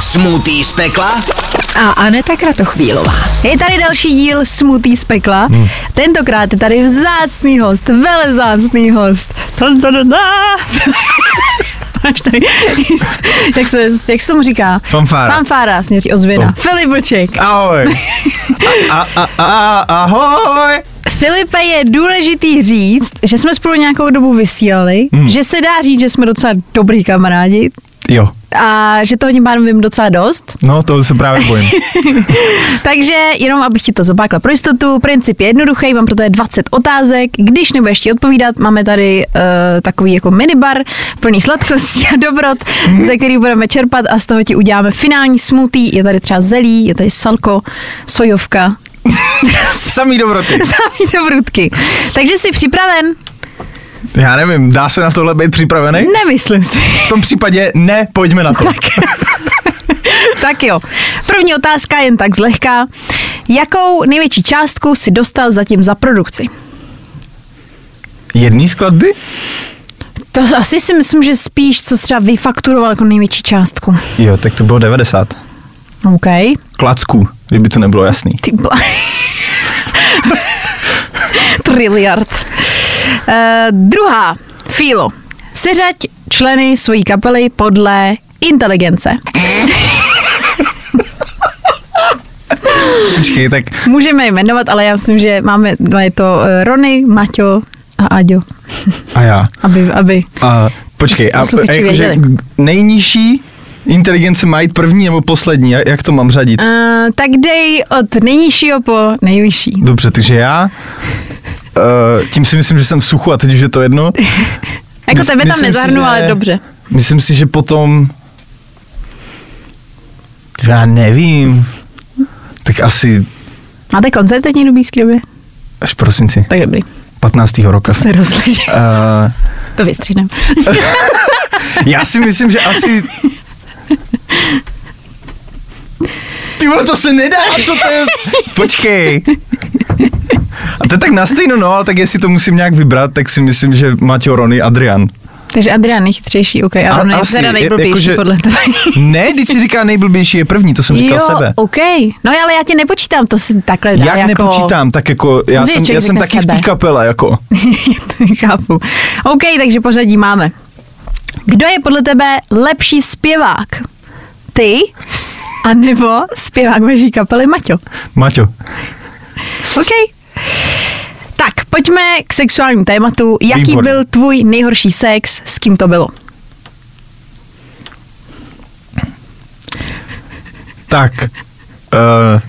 Smutý z pekla? a Aneta Kratochvílová. Je tady další díl Smutý z pekla. Hmm. Tentokrát je tady vzácný host, velevzácný host. Tadadadá. Máš tady, jak se, jak se tomu říká? Fanfára. Fanfára, směří ozvěna. Filip Vlček. Ahoj. A, a, a, a, ahoj. Filipe je důležitý říct, že jsme spolu nějakou dobu vysílali, hmm. že se dá říct, že jsme docela dobrý kamarádi Jo, a že toho tím pádem vím docela dost. no to se právě bojím. Takže jenom abych ti to zopákla pro jistotu, princip je jednoduchý, mám pro to 20 otázek. Když nebudeš ti odpovídat, máme tady uh, takový jako minibar plný sladkostí a dobrot, ze který budeme čerpat a z toho ti uděláme finální smutý. Je tady třeba zelí, je tady salko, sojovka, Samý dobroty. samý dobrutky. Takže jsi připraven? Já nevím, dá se na tohle být připravený? Nemyslím si. V tom případě ne, pojďme na to. tak jo. První otázka jen tak zlehká. Jakou největší částku si dostal zatím za produkci? Jedný skladby? To asi si myslím, že spíš, co jsi třeba vyfakturoval jako největší částku. No, Jo, tak to bylo 90. OK. Klacků, kdyby to nebylo jasný. Ty bla... Triliard. Uh, druhá. Fílo. Seřaď členy svojí kapely podle inteligence. Počkej, tak Můžeme je jmenovat, ale já myslím, že máme, no je to eh, Rony, Maťo a Aďo. a já. Aby, aby. A, počkej, a, Posluchači a jakože věděli. nejnižší inteligence má jít první nebo poslední? Jak jak to mám řadit? Uh, tak dej od nejnižšího po nejvyšší. Dobře, takže já... Uh, tím si myslím, že jsem v suchu a teď už je to jedno. Jako tebe Mys- tam myslím si, nezahrnu, že- ale dobře. Myslím si, že potom... Já nevím. Tak asi Máte koncert teď někdo v blízké době? až v prosinci Tak dobrý, 15. roka. se rozleží. Uh, To vystřídám. já si myslím, že asi... Ty vole, to se nedá, co to je? Počkej. A to je tak nastejno, no, ale tak jestli to musím nějak vybrat, tak si myslím, že Maťo, Rony, Adrian. Takže Adrian nejchytřejší, OK, a A- on je asi, teda je- nejblbější jakože- podle tebe. Ne, když si říká nejblbější je první, to jsem říkal jo, sebe. OK. No ale já tě nepočítám, to si takhle dá Jak jako... nepočítám, tak jako, já Samozřejmě jsem, já člověk jsem řekne taky v té sebe. kapele, jako. Chápu. OK, takže pořadí máme. Kdo je podle tebe lepší zpěvák? Ty? A nebo zpěvák vaší kapely Maťo? Maťo. OK. Tak, pojďme k sexuálnímu tématu. Jaký Výborně. byl tvůj nejhorší sex? S kým to bylo? Tak, uh,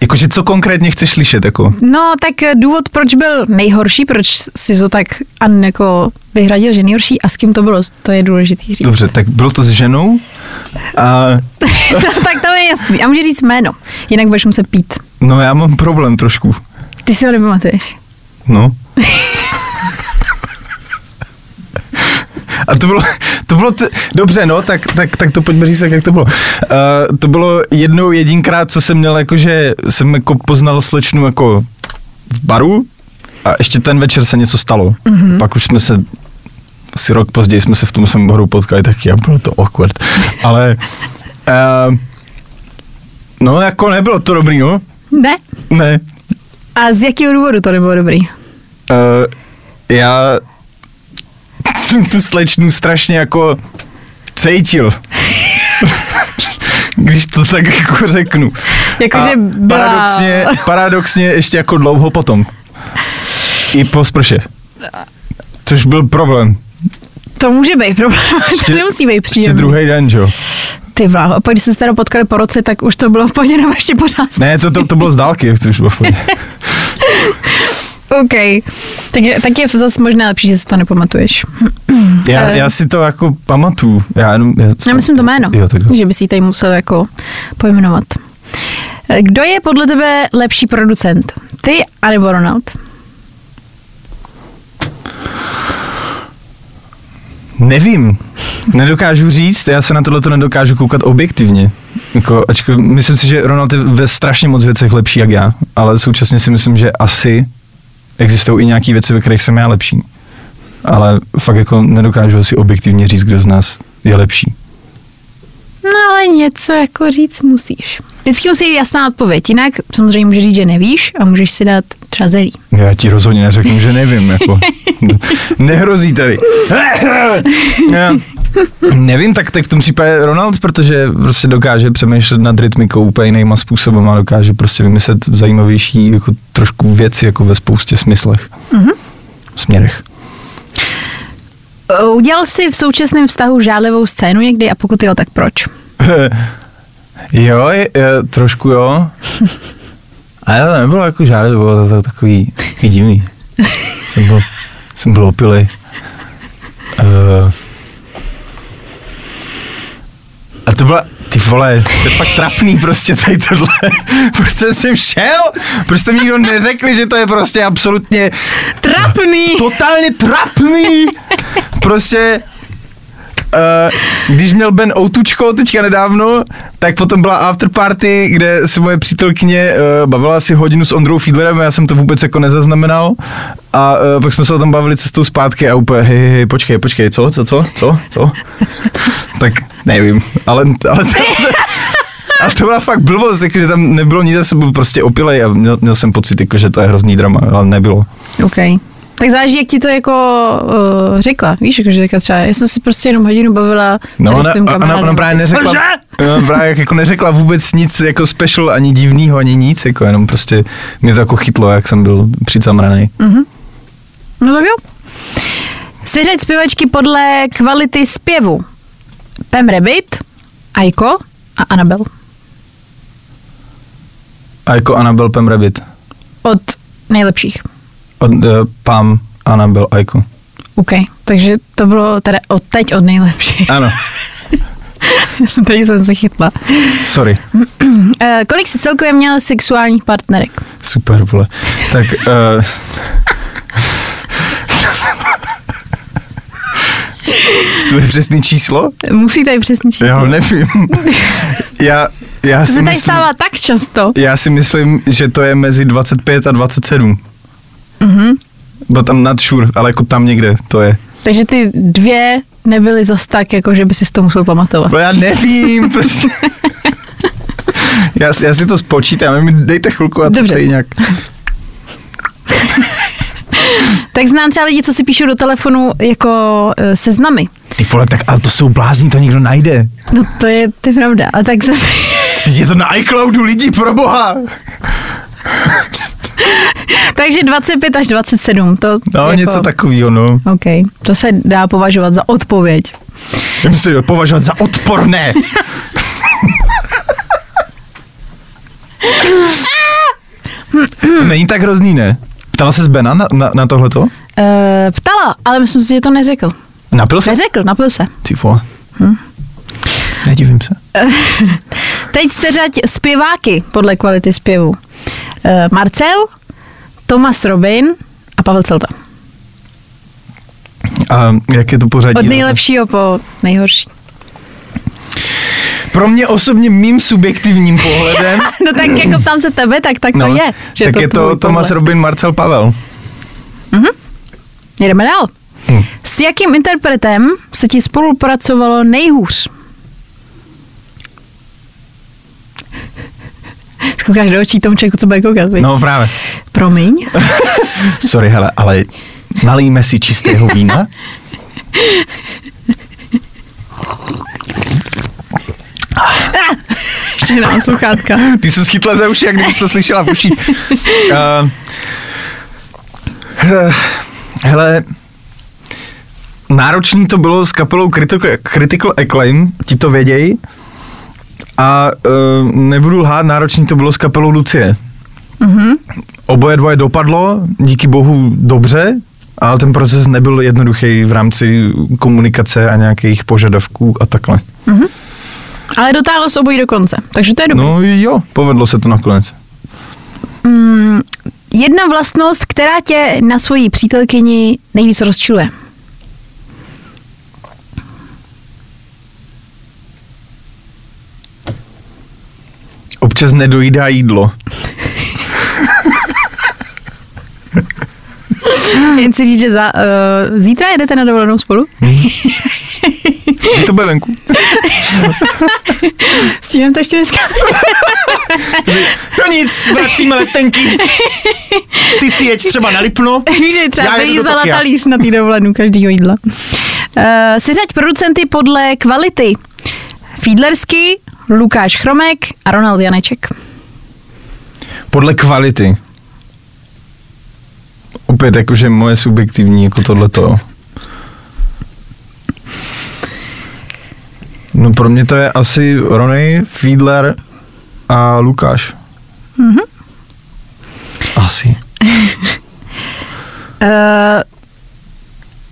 jakože co konkrétně chceš slyšet, jako? No, tak eh, důvod, proč byl nejhorší, proč si to tak an, jako vyhradil, že nejhorší a s kým to bylo, to je důležitý říct. Dobře, tak bylo to s ženou a No, tak to je jasný. A může říct jméno, jinak budeš muset pít. no já mám problém trošku, Ty si ho nepamatuješ. no. A to bylo, to bylo t- dobře, no, tak, tak, tak to pojďme říct, jak to bylo. Uh, to bylo jednou jedinkrát, co jsem měl, jakože jsem jako poznal slečnu jako v baru a ještě ten večer se něco stalo. Mm-hmm. Pak už jsme se asi rok později jsme se v tom samém baru potkali, tak já bylo to awkward. Ale uh, no jako nebylo to dobrý, no. Ne? Ne. A z jakého důvodu to nebylo dobrý? Uh, já jsem tu slečnu strašně jako cítil. Když to tak jako řeknu. Jakože A byla- paradoxně, paradoxně ještě jako dlouho potom. I po sprše. Což byl problém. To může být problém, to nemusí být Ještě příjemný. druhý den, že jo. Ty bláho, a pak když jste se teda potkali po roce, tak už to bylo v pohodě, nebo ještě pořád. Ne, to, to, to bylo z dálky, jak to už bylo v pohodě. OK. Takže tak je zase možná lepší, že si to nepamatuješ. já, Eh. já si to jako pamatuju. Já, jenom, já, Já myslím to jméno, Jo, tak jo. že by si ji tady musel jako pojmenovat. Eh, Kdo je podle tebe lepší producent? Ty anebo Ronald? Nevím, nedokážu říct, já se na tohle to nedokážu koukat objektivně. Jako, ačko, myslím si, že Ronald je ve strašně moc věcech lepší jak já, ale současně si myslím, že asi existují i nějaké věci, ve kterých jsem já lepší. Ale fakt jako nedokážu asi objektivně říct, kdo z nás je lepší. No ale něco jako říct musíš. Vždycky musí být jasná odpověď, jinak samozřejmě můžeš říct, že nevíš a můžeš si dát třeba zelí. Já ti rozhodně neřeknu, že nevím, jako. Nehrozí tady. Já Nevím, tak, tak v tom případě Ronald, protože prostě dokáže přemýšlet nad rytmikou úplně jinýma způsobem a dokáže prostě vymyslet zajímavější jako trošku věci jako ve spoustě smyslech. Mm-hmm. Směrech. Eh, Udělal jsi v současném vztahu žádlivou scénu někdy a pokud jo, tak proč? jo, je, je, trošku jo. Ale to nebylo jako žádné, to bylo to, to, takový, takový divný. Jsem byl, jsem byl opilej. Uh, a to byla, ty vole, to je fakt trapný prostě tady tohle. Prostě jsem šel, prostě mi nikdo neřekli, že to je prostě absolutně Trapný! totálně trapný. Prostě Uh, když měl Ben Outučko teďka nedávno, tak potom byla afterparty, kde se moje přítelkyně uh, bavila asi hodinu s Ondrou Fiedlerem a já jsem to vůbec jako nezaznamenal. A uh, pak jsme se o tom bavili cestou zpátky a úplně hej, hej, hej, počkej, počkej, co, co, co, co, co? tak nevím, ale, ale to, a to byla fakt blbost, jakože tam nebylo nic, já jsem byl prostě opilej a měl, měl jsem pocit, jako, že to je hrozný drama, ale nebylo. OK. Tak záleží, jak ti to jako uh, řekla. Víš, jako, že řekla třeba, já jsem si prostě jenom hodinu bavila No, tady ona, s tím ona, ona, kamarádem. ona právě neřekla, Cože? ona právě jako neřekla vůbec nic jako special, ani divného, ani nic, jako jenom prostě mě to jako chytlo, jak jsem byl přicamraný. No tak jo. Seřeď zpěvačky podle kvality zpěvu. Pam Rabbit, Aiko a Anabel. A jako Anabel Pam Rabbit. Od nejlepších. Od, uh, Pam, Anabel, Aiku. OK, takže to bylo teda od teď od nejlepších. Ano, teď jsem se chytla. sorry. Eh, kolik jsi celkově měl sexuálních partnerek? Super, vole. Tak, uh, to je přesný číslo? Musí tady přesně číst. Já ho nevím. Já, já To si se tady myslím, stává tak často. já si myslím, že to je mezi 25 a 27. Mhm. Byl tam nad sure, ale jako tam někde to je. Takže ty dvě nebyly zas tak, jako že by si to musel pamatovat. No já nevím, prostě. Já, si- já si to spočítám, mi dejte chvilku a to Dobře. přeji nějak. Tak znám třeba lidi, co si píšou do telefonu jako eh, seznamy. Ty vole, tak ale to jsou blázni, to někdo najde. No to je, to je pravda. A tak zase, Je to na iCloudu lidi, pro boha. takže 25 až 27. To No, jako, jako... něco takového, no. OK, to se dá považovat za odpověď. Já musím to považovat za odporné. To Není tak hrozný, ne? Ptala se z Bena na, na, na tohleto? E, ptala, ale myslím si, že to neřekl. Napil se? Neřekl, napil se. Ty vole. Nedivím se. Teď se řaď zpěváky podle kvality zpěvu. E, Marcel, Tomas Robin a Pavel Celta. A jak je to pořadí? Od nejlepšího po nejhorší. Pro mě osobně mým subjektivním pohledem, No, No tak jako ptám se tebe, tak, tak to je. Že tak je to tvůj Tomas pohled. Robin, Marcel Pavel. Jdeme dál. Hm. S jakým interpretem se ti spolupracovalo nejhůř? Koukáš do očí tomu člověku, co bude koukat, viď? No právě. Promiň. Sorry, hele, ale nalijme si čistého vína. Ještě nám sluchátka. Ty se schytla za uši, jak kdybys to slyšela v uši. Uh, hele, náročný to bylo s kapelou Critical, critical Acclaim, ti to vědějí. A uh, nebudu lhát, náročný to bylo s kapelou Lucie. Mhm. Oboje dvoje dopadlo, díky bohu dobře, ale ten proces nebyl jednoduchý v rámci komunikace a nějakých požadavků a takhle. Ale dotáhlo se obojí do konce, takže to je dobré. No. No jo, povedlo se to nakonec. Mm, jedna vlastnost, která tě na svoji přítelkyni nejvíc rozčiluje. Občas nedojídá jídlo. eh, Jen si říct, že za, uh, zítra jedete na dovolenou spolu? To bude venku. Stíhneme to ještě dneska. No nic, vracíme letenky. Ty si jeď třeba na Lipno. Víš, že třeba Já jedu do vylízala Tokia. talíř na té dovolenou každýho jídla. Uh, seřaď producenty podle kvality. Fiedlersky, Lukáš Chromek a Ronald Janeček. Podle kvality. Opět jakože moje subjektivní, jako tohleto. No pro mě to je asi Rony, Fiedler a Lukáš. Mm-hmm. Asi. Uh,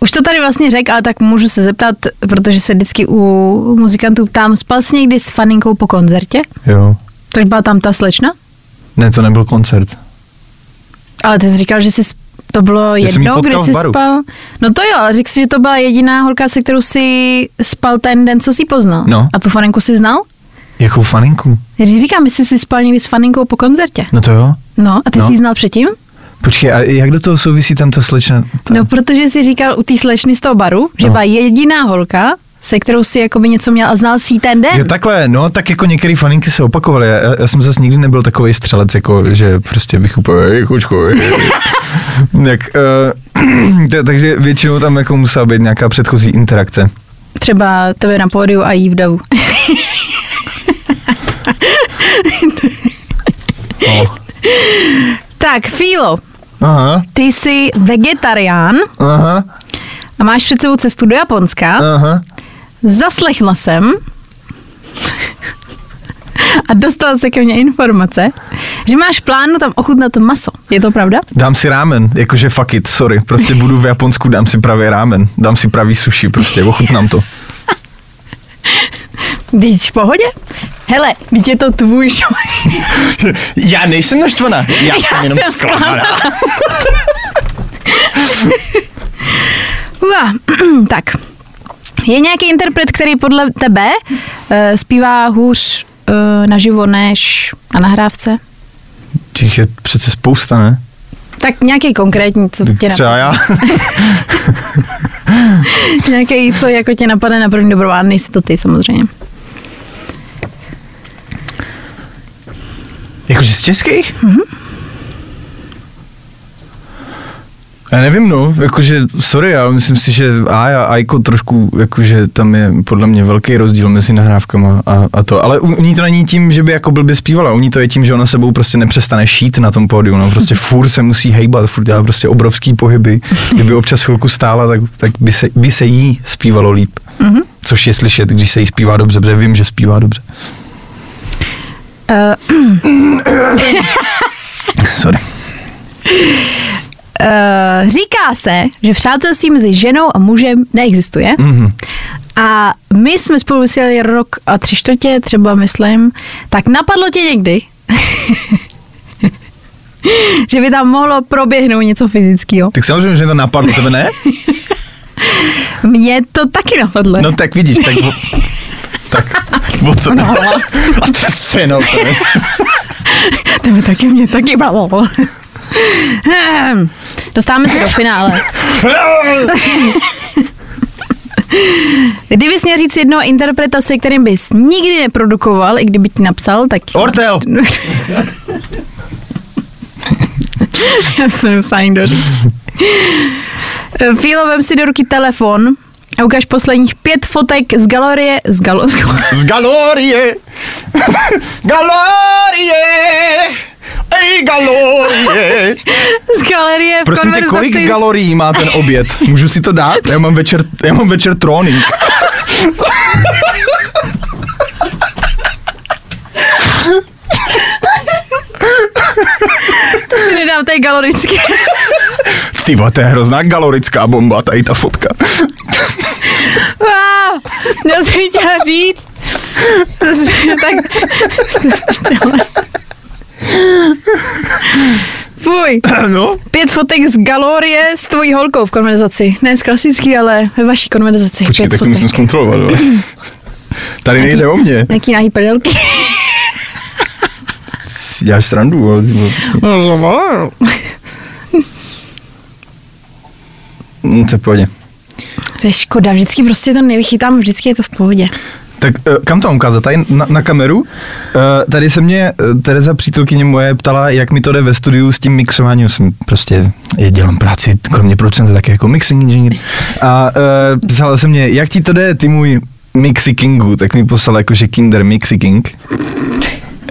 už to tady vlastně řekl, ale tak můžu se zeptat, protože se vždycky u muzikantů ptám, spal jsi někdy s faninkou po koncertě? Jo. Tož byla tam ta slečna? Ne, to nebyl koncert. Ale ty jsi říkal, že jsi sp- to bylo jsem ji jednou, kdy potkal v jsi baru. spal. No to jo, ale řekl jsi, že to byla jediná holka, se kterou jsi spal ten den, co jsi poznal. No. A tu faninku jsi znal? Jakou faninku? Já ti říkám, jestli jsi spal někdy s faninkou po koncertě. No to jo. No, a ty No. jsi ji znal předtím? Počkej, a jak do toho souvisí tam ta slečna? Ta... No, protože jsi říkal u té slečny z toho baru, že No. byla jediná holka, se kterou si jakoby něco měl a znal si ji ten den. Jo takhle, no tak jako některé faninky se opakovaly, já, já jsem zase nikdy nebyl takový střelec, jako že prostě bych úplně, "Ej, kočko, ej, ej." Jak, uh, takže většinou tam jako musela být nějaká předchozí interakce. Třeba tebe na pódiu a jí v davu. No. tak, Fílo, Aha, ty jsi vegetarián aha, a máš před sebou cestu do Japonska. aha. Zaslechla jsem a dostala se ke mně informace, že máš plánu tam ochutnat maso. Je to pravda? Dám si rámen, jakože fuck it, sorry, prostě budu v Japonsku, dám si pravý rámen, dám si pravý sushi, prostě ochutnám to. Víš, v pohodě? Hele, teď je to tvůj show. Já nejsem naštvaná, já, Já jsem jenom jsem zklamaná. Ua, tak. Je nějaký interpret, který podle tebe uh, zpívá hůř uh, naživo než na nahrávce? Těch je přece spousta, ne? Tak nějaký konkrétní, co tě napadne. Třeba já. Nějaký, co jako tě napadne na první dobrou, a nejsi to ty samozřejmě. Jakože z českých? Mm-hmm. Já nevím, no, jakože, sorry, já myslím si, že Aja, Aiko trošku, jakože tam je podle mě velký rozdíl mezi nahrávkama a, a to, ale u, u ní to není tím, že by jako blbě zpívala, u ní to je tím, že ona sebou prostě nepřestane šít na tom pódiu, no, prostě furt se musí hejbat, furt dělá prostě obrovský pohyby, kdyby občas chvilku stála, tak, tak by, se, by se jí zpívalo líp, mm-hmm. což je slyšet, když se jí zpívá dobře, protože vím, že zpívá dobře. Uh, Sorry. Uh, říká se, že přátelství mezi ženou a mužem neexistuje. Mm-hmm. A my jsme spolu vysílali rok a tři čtvrtě, třeba myslím. Tak napadlo tě někdy, že by tam mohlo proběhnout něco fyzického. Tak samozřejmě, že mě to napadlo, tebe ne? Mně to taky napadlo. No tak vidíš, tak... O, tak, o co? A to se jenom to je. Tebe taky, mě taky bavilo. Hm, Dostáváme se do finále. Kdybys měl říct jednoho interpreta, se kterým bys nikdy neprodukoval, i kdyby ti napsal, tak... Ortel! Já jsem nemusela nikdo říct. Fílo, vem si do ruky telefon a ukáž posledních pět fotek z galerie, z galo, z galo, Z galorie. Galorie. Ej, galorie. z galerie v Prosím tě, konverzaci. kolik galorií má ten oběd? Můžu si to dát? Já mám večer, já mám večer trónink. si nedám té galorické. Ty vole, to je hrozná galorická bomba, tady ta fotka. Wow, já jsem chtěla říct. To se- tak... Fuj. No, Pět fotek z galerie s tvojí holkou v konverzaci. Ne z klasický, ale ve vaší konverzaci. počkej, Pět tak to fotek. musím zkontrolovat. vole. Tady nejde o mě. Nějaký nahý prdelky. Si Děláš srandu, vole, ty vole. No, to je v pohodě. To je škoda, vždycky prostě to nevychytám, vždycky je to v pohodě. Tak eh, kam to mám ukázat? Tady na, na kameru. Eh, Tady se mě eh, Tereza, přítelkyně moje, ptala, jak mi to jde ve studiu s tím mixováním. Jsem prostě, je, dělám práci, kromě producenta, také jako mixing engineer. A eh, psala se mě, jak ti to jde, ty můj mixi kingu, tak mi poslala jakože kinder mixi king.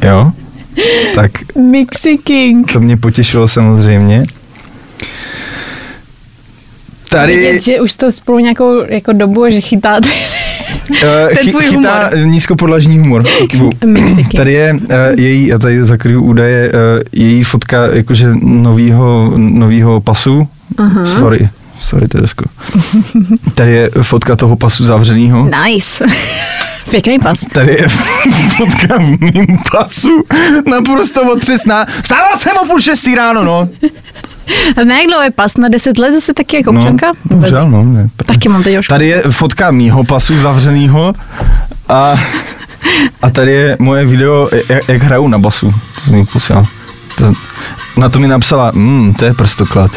Jo? Tak Mixy King. to mě potěšilo samozřejmě. Tady... Vidět, že už to spolu nějakou jako dobu a že chytáte. Eh, Ten tvůj chytá nízkopodlažní humor. Kivu. Mexiky. tady je eh, její, já tady zakryju údaje, eh, její fotka jakože novýho, novýho pasu. Aha. Sorry, sorry Teresko. tady je fotka toho pasu zavřenýho. Nice. Pěkný pas. Tady je fotka v mým pasu, naprosto otřesná. Vstával jsem o půl šestý ráno, no. A na jak dlouho je pas? Na 10 let zase taky jako občanka? No, žal, no. Ne, Taky mám teď už. Tady je fotka mýho pasu zavřenýho a, a tady je moje video, jak, jak hraju na basu. Mi posílal. To, na to mi napsala, mm, to je prstoklad.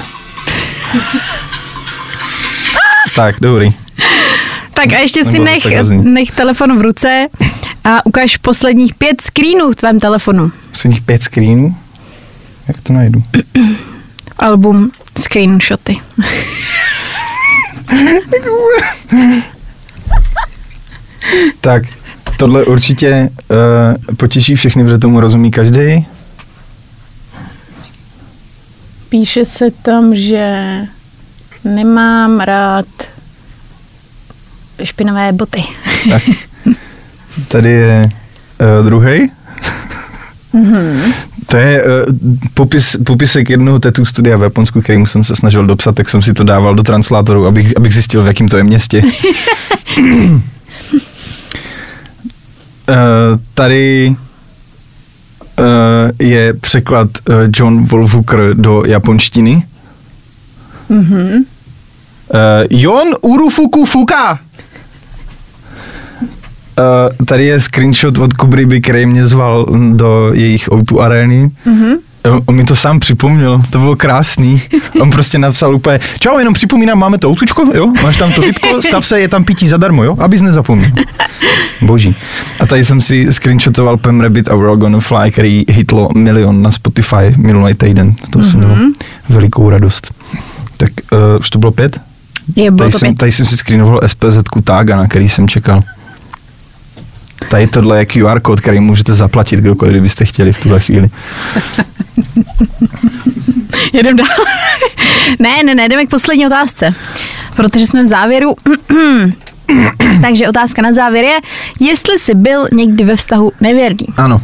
tak, dobrý. Tak a ještě si Nebo nech, tak hrozný. nech telefon v ruce a ukáž posledních pět screenů v tvém telefonu. Jsem jich pět screenů. Jak to najdu? Album screenshoty. Tak, tohle určitě uh, potěší všechny, protože tomu rozumí každý. Píše se tam, že nemám rád špinavé boty. Tak. Tady je uh, druhý. To je uh, popis, popisek jednoho tetu studia v Japonsku, kterým jsem se snažil dopsat, tak jsem si to dával do translátoru, abych, abych zjistil, v jakém to je městě. Eh, tady eh, je překlad eh, John Wolfhooker do japonštiny. Mm-hmm. Eh, Jon Urufuku Fuka. Eh, tady je screenshot od Kubriby, který mě zval mm, do jejich o arény. Mm-hmm. On mi to sám připomněl, to bylo krásný. On prostě napsal úplně, čau, jenom připomínám, máme to autučko, jo, máš tam to vypko, stav se, je tam pití zadarmo, jo, abys nezapomněl. Boží. A tady jsem si screenshotoval Pam Rabbit a We're All Gonna Fly, který hitlo milion na Spotify minulý týden. To jsem měl velikou radost. Tak uh, už to bylo pět? Je bylo Tady to jsem, pět. tady jsem si screenoval SPZ Tága, na který jsem čekal. Tady tohle je QR kód, který můžete zaplatit kdokoliv, kdybyste chtěli v tuhle chvíli. Jedem dál. ne, ne, ne, jdeme k poslední otázce. Protože jsme v závěru. Takže otázka na závěr je, jestli jsi byl někdy ve vztahu nevěrný. Ano,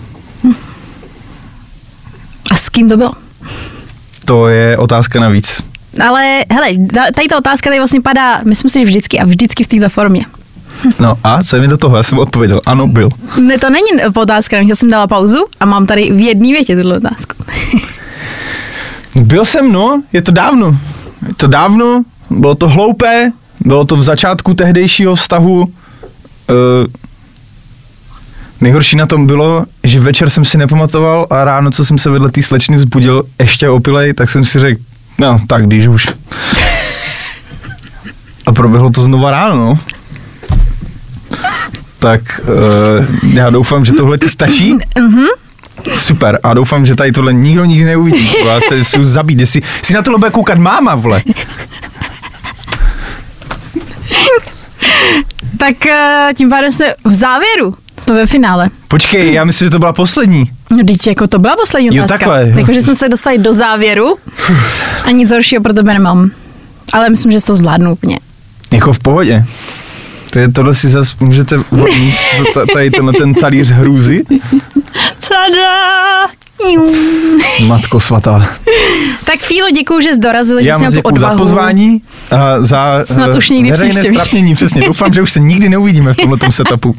A s kým to bylo? to je otázka navíc. Ale hele, ta- tady ta otázka tady vlastně padá, myslím si, že vždycky a vždycky v této formě. No a co je mi do toho? Já jsem odpověděl, ano, byl. Ne, to není otázka, já jsem dala pauzu a mám tady v jedné větě tuhle otázku. Byl jsem, no, je to dávno. Je to dávno, bylo to hloupé, bylo to v začátku tehdejšího vztahu. Eh, nejhorší na tom bylo, že večer jsem si nepamatoval a ráno, co jsem se vedle té slečny vzbudil ještě opilej, tak jsem si řekl, no, tak když už. A proběhlo to znova ráno, no. Tak uh, já doufám, že tohle ti stačí. Super, a doufám, že tady tohle nikdo nikdy neuvidí. Já se si už zabít, jestli si na tohle bude koukat máma, vole. Tak eh, tím pádem jsme v závěru, jsme ve finále. Počkej, já myslím, že to byla poslední. No teď jako to byla poslední Jo, otázka. takhle, jo. Jako, že jsme se dostali do závěru a nic horšího pro tebe nemám. Ale myslím, že jsi to zvládnu úplně. Jako v pohodě. To je, tohle si zase můžete odníst t- tady tenhle ten talíř hrůzy. Tada! Jú. Matko svatá. Tak Fílo, děkuji, že jsi dorazil, že já jsi měl moc tu děkuju za odvahu. pozvání. A za Snad eh, už nikdy veřejné příště. strapnění, přesně. Doufám, že už se nikdy neuvidíme v tomhle setupu.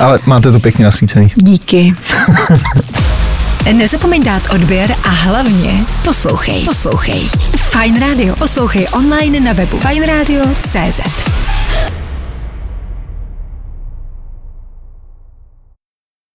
Ale máte to pěkně nasvícený. Díky. Nezapomeň dát odběr a hlavně poslouchej. Poslouchej. Fine Radio. Poslouchej online na webu fineradio.cz.